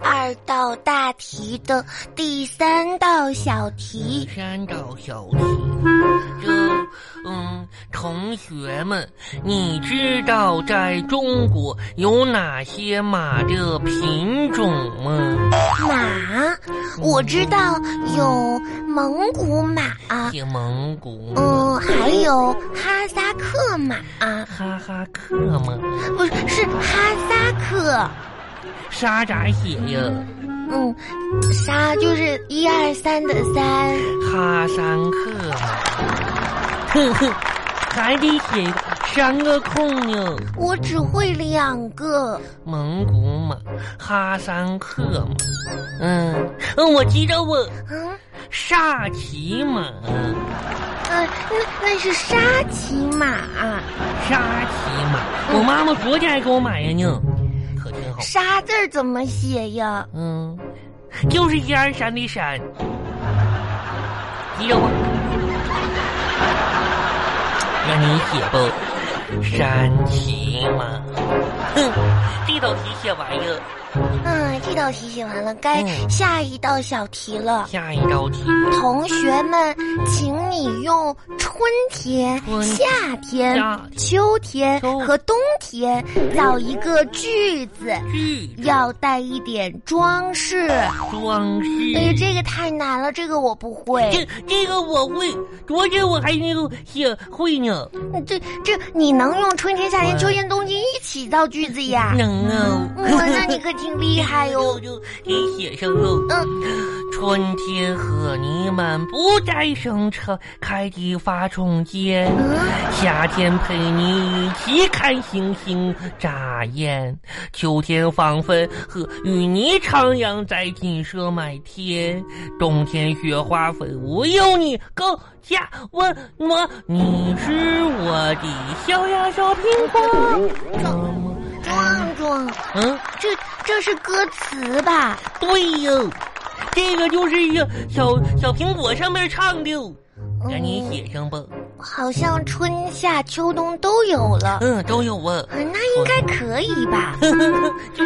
二道大题的第三道小题。三道小题，这嗯，同学们，你知道在中国有哪些马的品种吗？马，我知道有蒙古马，是蒙古马、嗯，还有哈萨克马，哈哈克吗？不是是哈萨克。沙咋写呀？嗯，沙就是一二三的三。哈三克嘛，哼哼，还得写三个空呢。我只会两个，蒙古马，哈三克嘛，嗯嗯，我知道我嗯萨其马，呃，那那是沙琪玛，沙其马，嗯我妈妈昨天还给我买呀呢，可真好。沙字儿怎么写呀？嗯，就是一二三的三，记着我，让你写不？山骑马，哼，这道题写完了，嗯，这道题写完了，该嗯下一道小题了。下一道题，同学们，请你用春天、春夏天夏、秋天秋和冬天造一个句子，剧要带一点装饰。装饰。哎呀，这个太难了，这个我不会。这这个我会，昨天我还那个写会呢，这这，你能用春天、夏天、嗯秋天、冬天一起造句子呀？能啊。哇，嗯那你可挺厉害哟。就给写上喽。嗯，春天和你们不再生产开的发冲间，嗯夏天陪你一起看星星眨眼，秋天放飞和与你徜徉在锦瑟满天，冬天雪花飞舞有你更加温暖。你是我的小呀小苹果，那么壮壮，嗯。这这是歌词吧？对哟，这个就是一个小小苹果上面唱的，赶嗯紧写上吧。好像春夏秋冬都有了， 嗯，都有啊，嗯，那应该可以 吧？就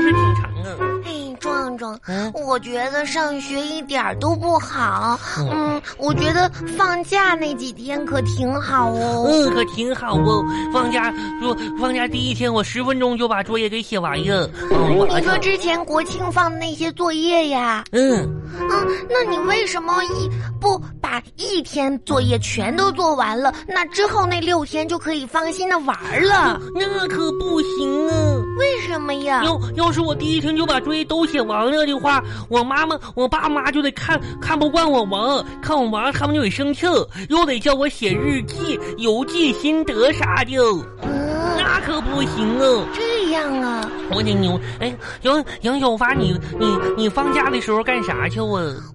是挺长啊。哎，壮壮，嗯，我觉得上学一点儿都不好。嗯嗯，我觉得放假那几天可挺好哦。嗯，可挺好哦。放假说放假第一天，我十分钟就把作业给写完了。哦，你说完了。之前国庆放的那些作业呀，嗯，嗯，那你为什么一不把一天作业全都做完了？那之后那六天就可以放心的玩了？那可不行啊。为什么呀？要要是我第一天就把作业都写完了的话，我妈妈、我爸妈就得看看不惯我忙，看我忙他们就得生气，又得叫我写日记、游记、心得啥的，嗯，那可不行啊！这样啊，我得牛哎，杨杨小发，你你你放假的时候干啥去啊？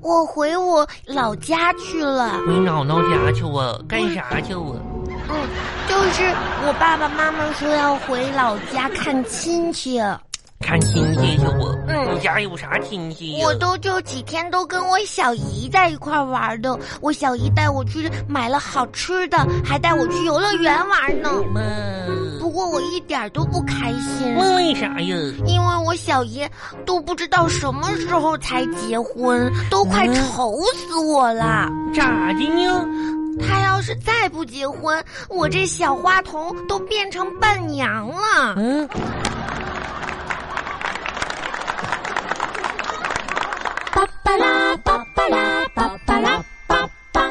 我回我老家去了。回姥姥家去啊？干啥去啊？嗯，就是我爸爸妈妈说要回老家看亲戚，看亲戚去啊？嗯你家有啥亲戚呀、我都就几天都跟我小姨在一块儿玩的。我小姨带我去买了好吃的，还带我去游乐园玩呢。妈，不过我一点儿都不开心，问为啥呀？因为我小姨都不知道什么时候才结婚，都快嗯愁死我了。咋的呢？她要是再不结婚，我这小花童都变成伴娘了。嗯，巴巴拉巴巴拉巴巴拉巴巴。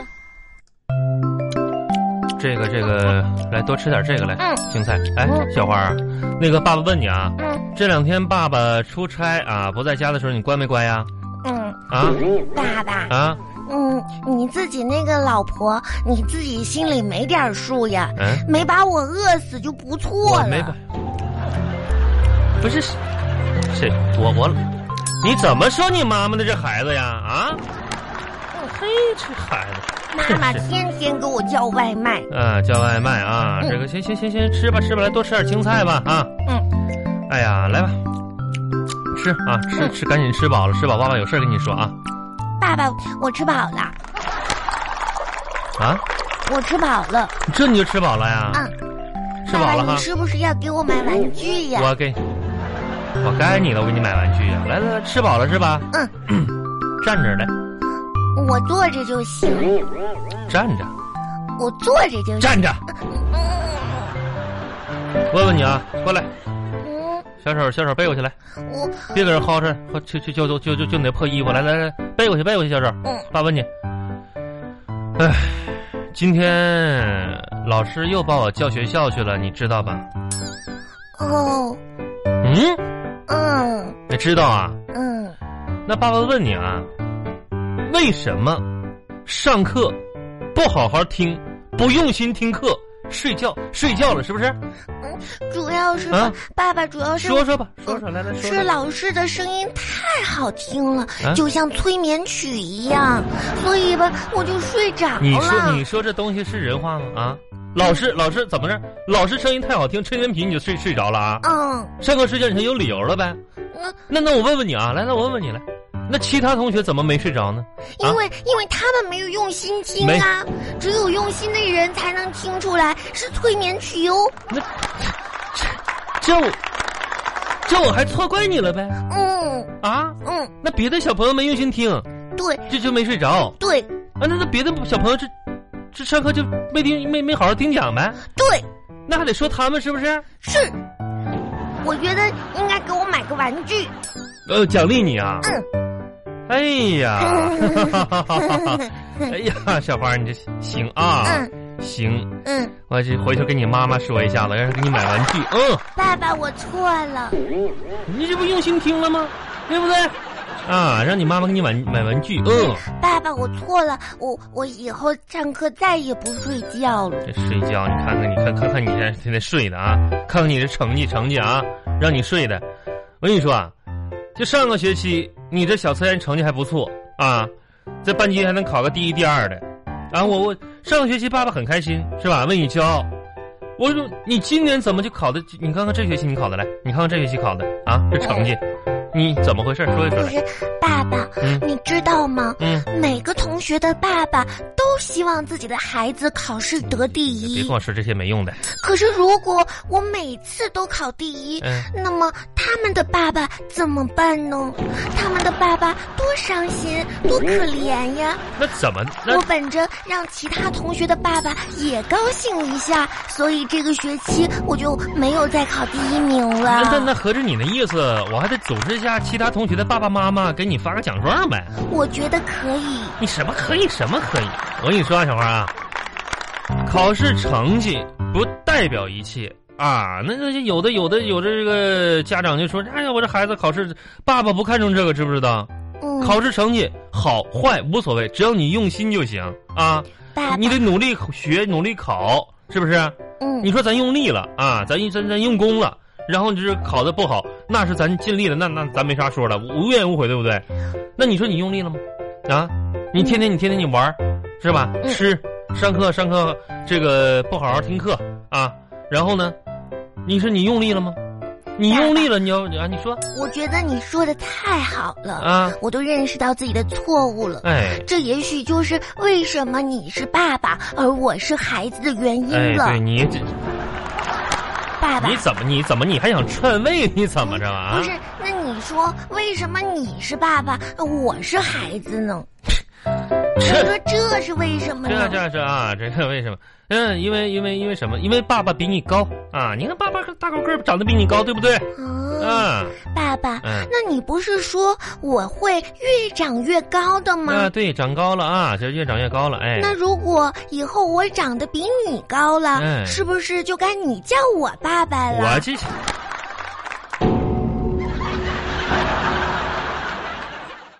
这个这个，来多吃点这个来，嗯青菜。哎嗯，小花儿，那个爸爸问你啊，嗯这两天爸爸出差啊，不在家的时候，你乖没乖呀？嗯，啊爸爸，啊，嗯，你自己那个老婆，你自己心里没点儿数呀？嗯，没把我饿死就不错我了。没乖。不是，是谁？我我，你怎么说你妈妈的这孩子呀？啊，嘿，这孩子，妈妈天天给我叫外卖。啊，叫外卖啊，嗯这个行行行行，吃吧吃吧，来多吃点青菜吧啊。嗯，嗯哎呀，来吧，吃啊吃吃，赶紧吃饱了，吃饱，爸爸有事儿跟你说啊爸爸，我吃饱了，啊。我吃饱了。这你就吃饱了呀？嗯，吃爸饱爸，了你哈。是不是要给我买玩具呀？我给，我该你了，我给你买玩具呀、来来来，吃饱了是吧？嗯嗯， 站着来，我坐着就行，站着，我坐着就行。站着。问问你啊，过来，嗯，小手小手背过去来，我别搁这薅着，薅就就就就就就就你那破衣服，来来来，背过去背过去，小手。嗯爸问你，哎，今天老师又把我叫学校去了，你知道吧？哦，嗯，嗯你知道啊？嗯，那爸爸问你啊，为什么上课不好好听，不用心听课，睡觉睡觉了是不是？主要是、啊爸爸，主要是说说吧，说说来来说是啊说。老师的声音太好听了，啊就像催眠曲一样，所以吧，我就睡着了。你说你说这东西是人话吗？啊，老师老师怎么着？老师声音太好听，吹牛皮你就睡睡着了啊？嗯，上课睡觉你就有理由了呗？那那那我问问你啊，来来我问问你来，那其他同学怎么没睡着呢？因为、因为他们没有用心听没啊，只有用心的人才能听出来是催眠曲哟、这我这我还错怪你了呗？嗯啊，嗯，那别的小朋友没用心听，对这就没睡着。对啊，那那别的小朋友这这上课就没听没没好好听讲呗，对，那还得说他们是不是？是。我觉得应该给我买个玩具。呃，奖励你啊！哎呀，哎呀，小花你这行啊，嗯行，嗯，我这回头跟你妈妈说一下子，让她给你买玩具。嗯，爸爸，我错了。你这不用心听了吗？对不对？啊，让你妈妈给你买买玩具。嗯，爸爸，我错了，我我以后上课再也不睡觉了。这睡觉，你看看你看看看你这现在睡的啊，看看你这成绩成绩啊，让你睡的。我跟你说啊，就上个学期你这小测验成绩还不错啊，在班级还能考个第一、第二的。啊，我我上个学期爸爸很开心是吧？为你骄傲。我说你今年怎么就考的？你看看这学期你考的来，你看看这学期考的啊，这成绩，你怎么回事？说一说不来。是，爸爸，嗯你知道吗？嗯，每个同学的爸爸都希望自己的孩子考试得第嗯别一跟，我说这些没用的。可是如果我每次都考第一，嗯，那么他们的爸爸怎么办呢？他们的爸爸多伤心，多可怜呀！那怎么？那我本着让其他同学的爸爸也高兴一下，所以这个学期我就没有再考第一名了。那那那合着你那意思，我还得组织一下其他同学的爸爸妈妈给你发个奖状呗？我觉得可以，你什么可以，什么可以？我跟你说啊，小花啊，考试成绩不代表一切啊。那那有的有的有的这个家长就说，哎呀，我这孩子考试，爸爸不看重这个，知不知道？嗯，考试成绩好坏无所谓，只要你用心就行啊。爸你爸，得努力学，努力考，是不是？嗯你说咱用力了啊，咱咱咱用功了，然后就是考的不好，那是咱尽力了，那那咱没啥说了，无无怨无悔，对不对？那你说你用力了吗？啊，你天天你天天你玩儿，是吧？嗯吃，上课上课，这个不好好听课啊，然后呢，你说你用力了吗？你用力了，你要啊，你说我觉得你说的太好了，啊，我都认识到自己的错误了。哎这也许就是为什么你是爸爸而我是孩子的原哎因，了。对你这爸爸你，怎么你怎么你还想篡位？你怎么着啊？不是，那你说为什么你是爸爸，我是孩子呢？你这说这是为什么这呢？这这啊，这个为什么？嗯，因为因为因为什么？因为爸爸比你高啊！你看爸爸大高个儿长得比你高，对不对？啊，啊，爸爸，嗯那你不是说我会越长越高的吗？啊，对，长高了啊，就是越长越高了，哎，那如果以后我长得比你高了，嗯是不是就该你叫我爸爸了？我这